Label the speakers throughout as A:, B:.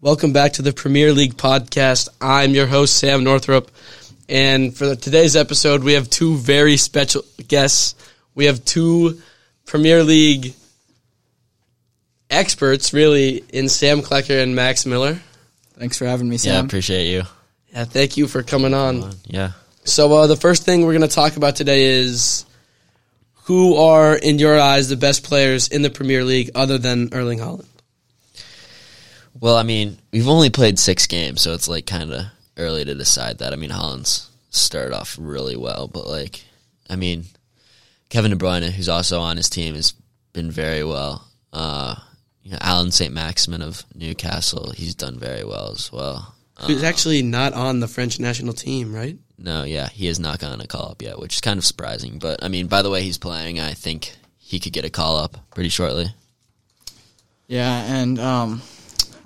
A: Welcome back to the Premier League podcast. I'm your host Sam Northrup, and for today's episode, we have two very special guests. We have two Premier League experts, really, in Sam Klecker and Max Miller.
B: Thanks for having me,
C: Yeah,
B: Sam.
C: appreciate you.
A: Yeah, thank you for coming on.
C: Yeah.
A: So uh, the first thing we're going to talk about today is who are, in your eyes, the best players in the Premier League other than Erling Holland.
C: Well, I mean, we've only played six games, so it's like kind of early to decide that. I mean, Holland's started off really well, but like, I mean, Kevin De Bruyne, who's also on his team, has been very well. Uh, you know, Alan St. Maximin of Newcastle, he's done very well as well.
A: Who's actually not on the French national team, right?
C: No, yeah, he has not gotten a call up yet, which is kind of surprising. But I mean, by the way he's playing, I think he could get a call up pretty shortly.
B: Yeah, and um,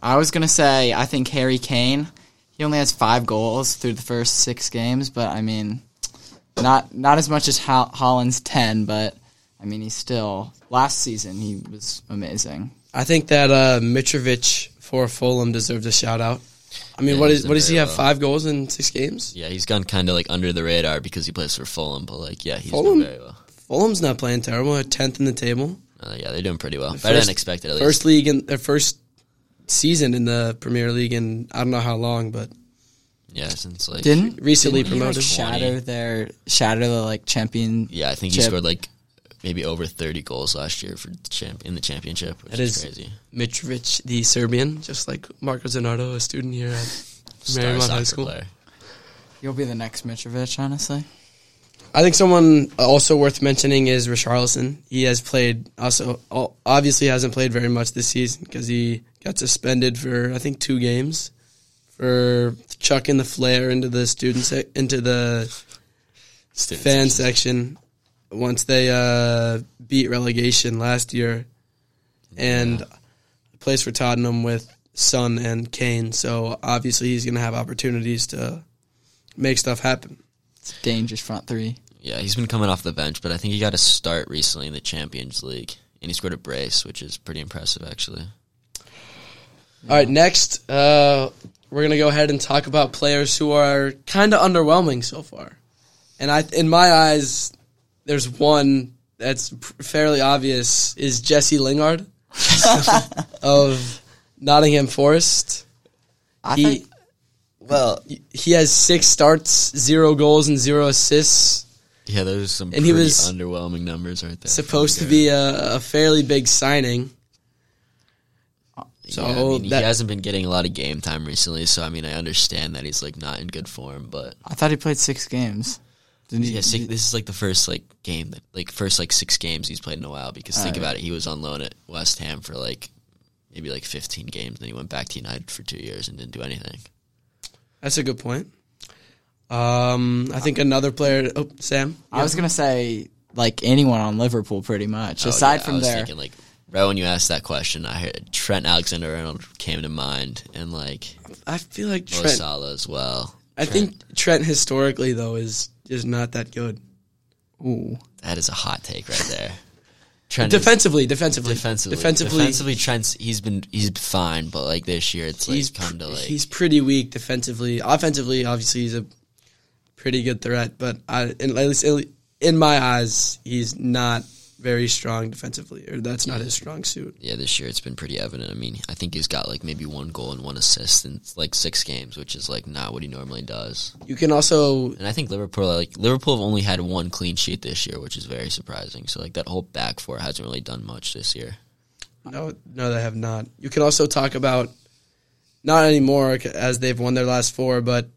B: I was gonna say I think Harry Kane. He only has five goals through the first six games, but I mean, not not as much as Ho- Holland's ten, but I mean he's still. Last season he was amazing.
A: I think that uh, Mitrovic for Fulham deserves a shout out. I mean,
C: Yeah,
A: what
C: he's
A: is
C: done
A: what does he
C: very
A: have?
C: well.
A: Five goals in six games.
C: Yeah, he's gone kind of like under the radar because he plays for Fulham, but like, yeah, he's
A: Fulham?
C: doing very well.
A: Fulham's not playing terrible. They're tenth in the table.
C: Uh, yeah, they're doing pretty well. Better
A: First-
C: than expected, at least.
A: First league in their first season in the Premier League in I don't know how long, but
C: Yeah, since like
B: Didn't
A: recently
B: didn't he, like,
A: promoted.
B: shatter their shatter the like champion.
C: Yeah, I think he
B: Chip.
C: scored like maybe over thirty goals last year for the champ in the championship, which
A: That
C: is,
A: is-
C: crazy.
A: Mitrovic, the Serbian, just like Marco Zanardo, a student here at
C: Star
A: Marymount High
C: soccer
A: School.
C: player.
B: You'll be the next Mitrovic, honestly.
A: I think someone also worth mentioning is Richarlison. He has played also o- obviously hasn't played very much this season because he got suspended for I think two games for chucking the flare into the student sec into the
C: Student
A: fan
C: section.
A: section once they uh, beat relegation last year and plays for Tottenham with Son and Kane. So obviously he's going to have opportunities to make stuff happen.
B: It's a dangerous front three.
C: Yeah, he's been coming off the bench, but I think he got a start recently in the Champions League, and he scored a brace, which is pretty impressive, actually.
A: All right, next, uh, we're gonna go ahead and talk about players who are kind of underwhelming so far, and I, in my eyes, there's one that's p- fairly obvious is Jesse Lingard of Nottingham Forest.
B: I
A: He-
B: think
C: Well,
A: He has six starts, zero goals, and zero assists.
C: yeah, those are some
A: And
C: pretty
A: he was
C: underwhelming numbers right there.
A: Supposed to be a, a fairly big signing.
C: So I
A: So
C: mean,
A: that-
C: he hasn't been getting a lot of game time recently. So I mean, I understand that he's like not in good form, but
B: I thought he played six games. Didn't he?
C: yeah, six, this is like the first like game that like first like six games he's played in a while. Because think about it, he was on loan at West Ham for like maybe like 15 games, then he went back to United for two years and didn't do anything.
A: That's a good point. Um, I think another player. Oh, Sam.
B: I was gonna say like anyone on Liverpool, pretty much.
C: Oh,
B: Aside
C: yeah, I
B: from
C: was
B: their
C: thinking like right when you asked that question, I heard Trent Alexander-Arnold came to mind, and like
A: I feel like
C: Mo
A: Trent.
C: Salah as well.
A: I think Trent historically though is is not that good.
B: ooh,
C: That is a hot take right there. Trent is-
A: Defensively, defensively,
C: defensively,
A: defensively,
C: defensively, Trent's he's been he's fine, but like this year, it's like
A: he's
C: come to
A: pr-
C: like
A: he's pretty weak defensively. Offensively, obviously, he's a pretty good threat, but I, in, at least in my eyes, he's not very strong defensively, or that's not his strong suit.
C: yeah, this year it's been pretty evident. I mean, I think he's got like maybe one goal and one assist in like six games, which is like not what he normally does.
A: You can also
C: And I think Liverpool, like Liverpool, have only had one clean sheet this year, which is very surprising. So like that whole back four hasn't really done much this year.
A: no, no, they have not. You can also talk about not anymore c- as they've won their last four, but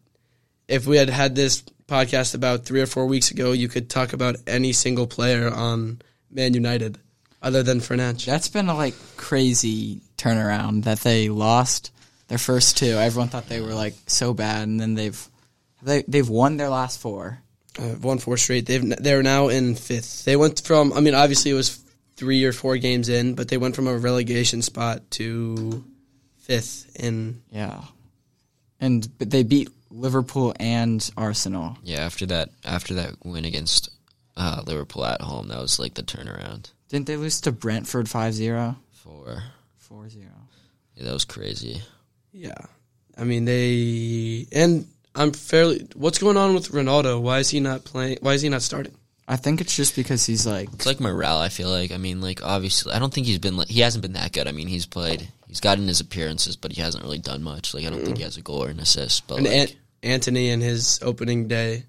A: if we had had this podcast about three or four weeks ago, you could talk about any single player on Man United other than Uh, Fernandes.
B: that's been a like crazy turnaround that they lost their first two. Everyone thought they were like so bad, and then they've they they've won their last four.
A: Uh, one four straight. They've n- they're now in fifth. They went from I mean obviously it was three or four games in, but they went from a relegation spot to fifth in
B: Yeah, and but they beat Liverpool and Arsenal.
C: Yeah, after that, after that win against uh, Liverpool at home, that was like the turnaround
B: Didn't they lose to Brentford 5-0?
C: for
B: 4-0.
C: yeah, that was crazy.
A: Yeah, I mean they and I'm fairly. What's going on with Ronaldo? Why is he not playing? Why is he not starting?
B: I think it's just because he's like
C: It's like morale. I feel like. I mean, like obviously, I don't think he's been. Like, he hasn't been that good. I mean, he's played. He's gotten his appearances, but he hasn't really done much. Like, I don't think he has a goal or an assist.
A: Mm.
C: But
A: And
C: like,
A: Ant- Anthony in his opening day.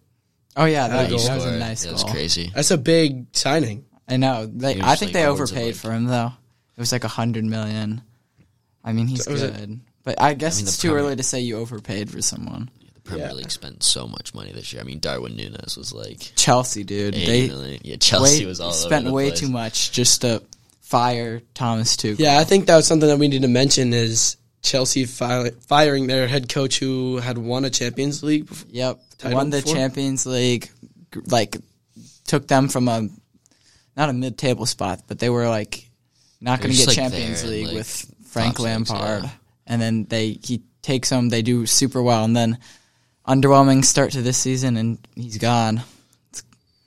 B: Oh yeah, that,
C: he
B: that was a
C: scored.
B: nice
C: That
B: goal.
C: was crazy.
A: That's a big signing.
B: I know. They,
C: He
B: I
C: was,
B: think
C: like,
B: they
C: upwards of,
B: overpaid
C: like-
B: for him though. It was like a hundred million. I mean, he's
A: That was it.
B: good, but I guess
C: I mean,
B: it's
C: the
B: too
C: Premier-
B: early to say you overpaid for someone.
C: The Premier
A: Yeah.
C: League spent so much money this year. I mean, Darwin Nunes was like
B: Chelsea, dude,
C: eighty
B: they
C: million. Yeah, Chelsea
B: way-
C: was all
B: spent
C: over the
B: way
C: place.
B: too much just to fire Thomas Tuchel.
A: Yeah, I think that was something that we need to mention is Chelsea fi- firing their head coach who had won a Champions League. Before.
B: Yep.
A: Title
B: Won the
A: before?
B: Champions League, g- like took them from a not a mid-table spot, but they were like not
C: They
B: going
C: were
B: to get
C: just, like,
B: Champions
C: there in,
B: League
C: like,
B: with Frank
C: top six,
B: Lampard.
C: yeah.
B: And then they he takes them, they do super well, and then underwhelming start to this season, and he's gone.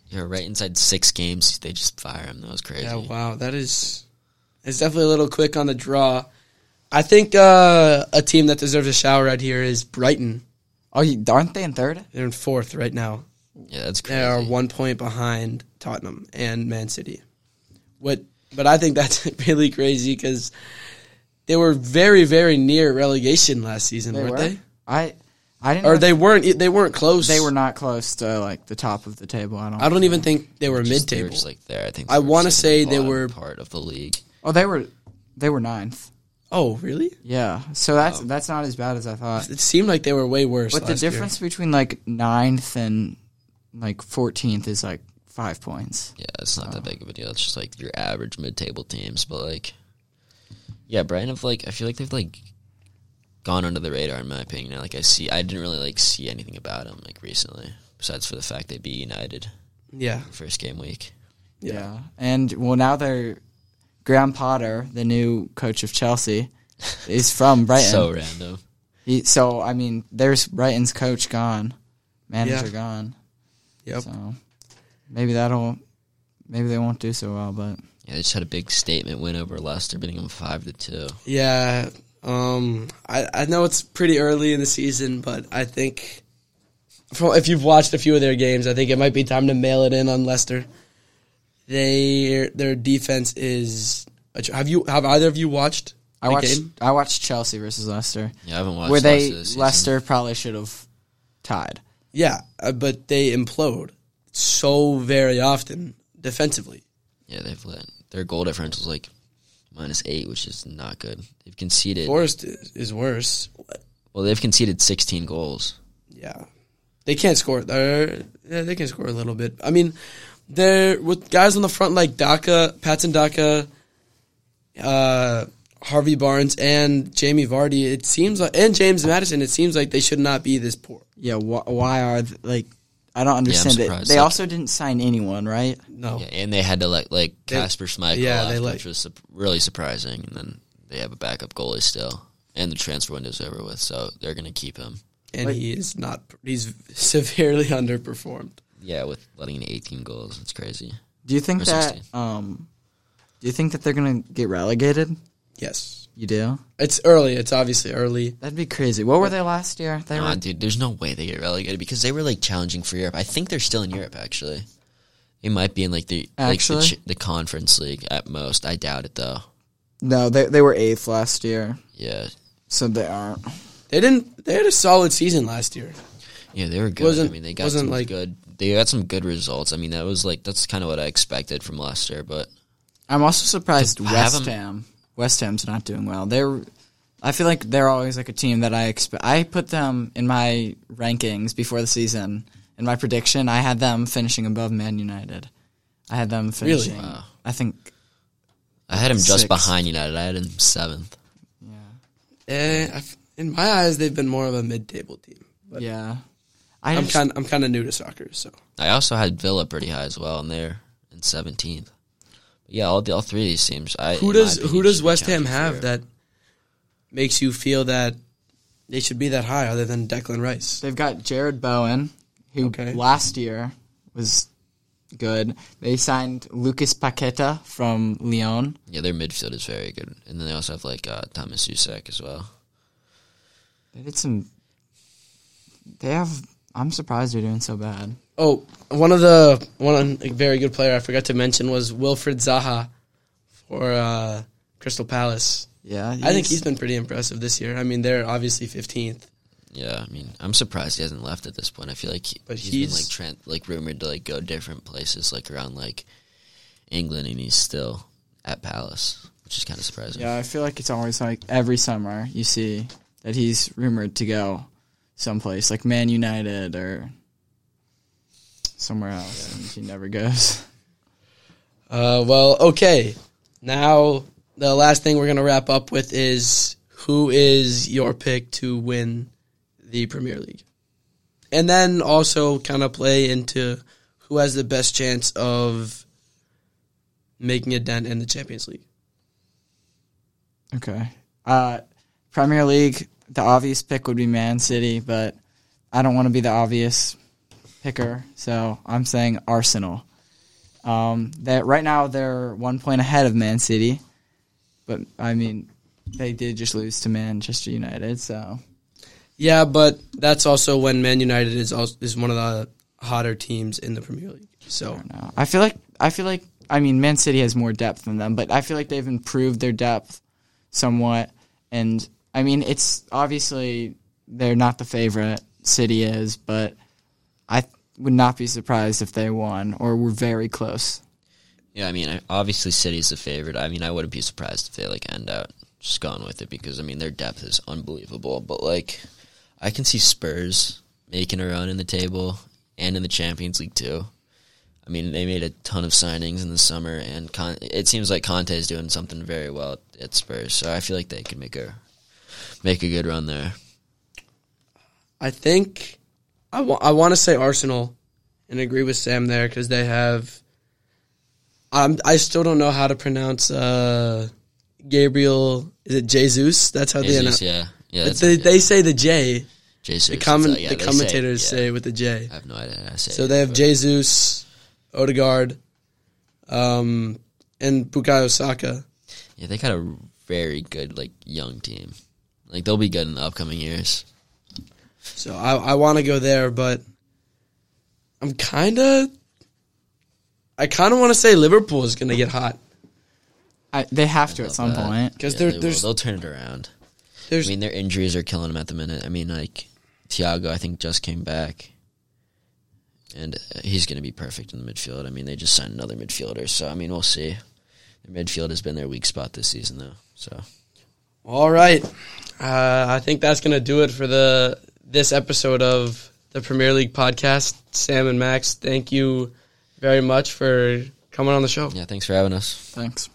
C: Yeah, right inside six games, they just fire him. That was crazy.
A: Yeah, wow, that is it's definitely a little quick on the draw. I think uh, a team that deserves a shower right here is Brighton.
B: Oh, you, aren't they in third?
A: They're in fourth right now.
C: Yeah, that's crazy.
A: They are one point behind Tottenham and Man City. What? But I think that's really crazy because they were very, very near relegation last season, weren't they?
B: I I didn't.
A: Or
B: know
A: they weren't. They weren't close.
B: they were not close to like the top of the table. I don't.
A: I don't even think they were mid
C: Just- they were
A: table.
C: just, like there. I think.
A: I
C: they were
A: wanna
C: just, like, in
A: say
C: the
A: they
C: bottom
A: were-
C: part of the league.
B: oh, they were they were ninth.
A: Oh, really?
B: Yeah, so
A: Oh.
B: that's that's not as bad as I thought.
A: It seemed like they were way worse.
B: But the
A: last year.
B: difference between like ninth and like fourteenth is like five points.
C: Yeah, it's not
A: Oh.
C: that big of a deal. It's just like your average mid-table teams, but like, yeah, Brighton have like I feel like they've like gone under the radar in my opinion. Like I see, I didn't really like see anything about them like recently, besides for the fact they beat United
A: Yeah.
C: first game week.
A: Yeah.
B: And well, now they're Graham Potter, the new coach of Chelsea, is from Brighton.
C: So
B: so,
C: random.
B: he, so I mean, there's Brighton's coach gone, manager
A: Yeah.
B: gone.
A: Yep.
B: So maybe that'll maybe they won't do so well, but
C: Yeah, they just had a big statement win over Leicester, beating them five to two.
A: Yeah. Um, I, I know it's pretty early in the season, but I think from, if you've watched a few of their games, I think it might be time to mail it in on Leicester. They their defense is. Have you have either of you watched?
B: I
A: the
B: watched
A: game?
B: I watched Chelsea versus Leicester,
C: Yeah, I haven't watched.
B: where they
C: Leicester this season.
B: Leicester probably should have tied.
A: Yeah, uh, but they implode so very often defensively.
C: Yeah, they've let their goal differential's like minus eight, which is not good. They've conceded.
A: Forest is, is worse.
C: Well, they've conceded sixteen goals.
A: Yeah, they can't score. They're, yeah, they can score a little bit. I mean, they're with guys on the front like Daka, Patson Daka, uh, Harvey Barnes, and Jamie Vardy. It seems like and James Madison. It seems like they should not be this poor.
B: Yeah, wh- why are th- like I don't understand it.
C: surprised,
B: They
C: like-
B: also didn't sign anyone, right?
A: No,
C: Yeah, and they had to let like Casper Schmeichel
A: Oh. yeah,
C: left,
A: they let-
C: which was sup- really surprising. And then they have a backup goalie still, and the transfer window's over with, so they're gonna keep him.
A: and he is not. He's severely underperformed.
C: Yeah, with letting in 18 goals, it's crazy.
B: Do you think
C: Or
B: that
C: 16.
B: um do you think that they're going to get relegated?
A: Yes,
B: You do?
A: it's early. It's obviously early.
B: That'd be crazy. What were they last year? They
C: Nah,
B: were
C: dude, there's no way they get relegated because they were like challenging for Europe. I think they're still in Europe actually. They might be in like the
B: Actually?
C: like the, ch- the conference league at most. I doubt it though.
B: No, they they were 8th last year.
C: Yeah,
B: So they aren't.
A: They didn't. They had a solid season last year.
C: Yeah, they were good.
A: Wasn't-
C: I mean, they got
A: wasn't,
C: some
A: like-
C: good. They got some good results. I mean, that was like that's kind of what I expected from Leicester. But
B: I'm also surprised
C: I
B: West
C: haven't-
B: Ham. West Ham's not doing well. They're I feel like they're always like a team that I expect. I put them in my rankings before the season. In my prediction, I had them finishing above Man United. I had them finishing.
C: Wow.
B: I think
C: I had him just
B: Sixth.
C: behind United. I had him seventh.
A: Eh, I f- in my eyes, they've been more of a mid-table team.
B: yeah. I
A: I'm
B: just-
A: kind. I'm kind of new to soccer, so
C: I also had Villa pretty high as well, and they're in seventeenth. Yeah, all the, all three of these teams. I, in
A: who
C: my
A: does who
C: opinion,
A: does
C: should be
A: West Ham
C: challenging for
A: have
C: Europe.
A: that makes you feel that they should be that high, other than Declan Rice?
B: They've got Jared Bowen, who
A: Okay.
B: last year was good. They signed Lucas Paqueta from Lyon.
C: Yeah, their midfield is very good, and then they also have like uh, Thomas Susek as well.
B: They did some. They have. I'm surprised they're doing so bad.
A: Oh, one of the one very good player I forgot to mention was Wilfred Zaha for uh, Crystal Palace.
B: Yeah,
A: I think he's been pretty impressive this year. I mean, they're obviously 15th.
C: Yeah, I mean, I'm surprised he hasn't left at this point. I feel like he,
A: But
C: he's been
A: he's-
C: like tran like rumored to like go different places, like around like England, and he's still at Palace, which is kind of surprising.
B: Yeah, I feel like it's always like every summer you see that he's rumored to go someplace like Man United or somewhere else, and he never goes.
A: Uh, well, okay. Now the last thing we're gonna wrap up with is who is your pick to win the Premier League, and then also kind of play into who has the best chance of making a dent in the Champions League.
B: Okay. Uh, Premier League, the obvious pick would be Man City, but I don't want to be the obvious picker, so I'm saying Arsenal. Um, that right now they're one point ahead of Man City, but I mean they did just lose to Manchester United, so
A: Yeah, but that's also when Man United is also, is one of the hotter teams in the Premier League. So
B: I don't know. I feel like I feel like I mean Man City has more depth than them, but I feel like they've improved their depth somewhat. And I mean, it's obviously they're not the favorite City is, but I th- would not be surprised if they won or were very close.
C: Yeah, I mean, I- obviously City's the favorite. I mean, I wouldn't be surprised if they like end out just gone with it because I mean their depth is unbelievable. But like, I can see Spurs making a run in the table and in the Champions League too. I mean, they made a ton of signings in the summer, and Con- it seems like Conte is doing something very well at, at Spurs. So I feel like they can make a make a good run there.
A: I think I want to say Arsenal and agree with Sam there because they have. I'm, I still don't know how to pronounce uh, Gabriel. Is it Jesus? That's how
C: Jesus,
A: they,
C: yeah, yeah.
A: announce.
C: that's
A: they
C: it, yeah.
A: they say the J.
C: Jesus,
A: The comment
C: yeah,
A: the
C: they say-
A: commentators
C: yeah.
A: say, it with the J.
C: I have no idea. How to say
A: So
C: it,
A: they have
C: but-
A: Jesus, Odegaard, um, and Bukayo Saka.
C: Yeah, they got a very good like young team. Like they'll be good in the upcoming years.
A: So I, I want to go there, but I'm kind of. I kind of want to say Liverpool is going to get hot
B: I, they have to at
C: love
B: some
C: that.
B: point.
A: because
C: Uh, Yeah,
A: there,
C: they will.
A: there's
C: they'll turn it around. I
A: there's
C: mean, their injuries are killing them at the minute. I mean, like Thiago, I think just came back, and uh, he's going to be perfect in the midfield. I mean, they just signed another midfielder, so I mean, we'll see. Their midfield has been their weak spot this season, though. So
A: All right. Uh, I think that's going to do it for the this episode of the Premier League podcast. Sam and Max, thank you very much for coming on the show.
C: yeah, thanks for having us.
B: Thanks.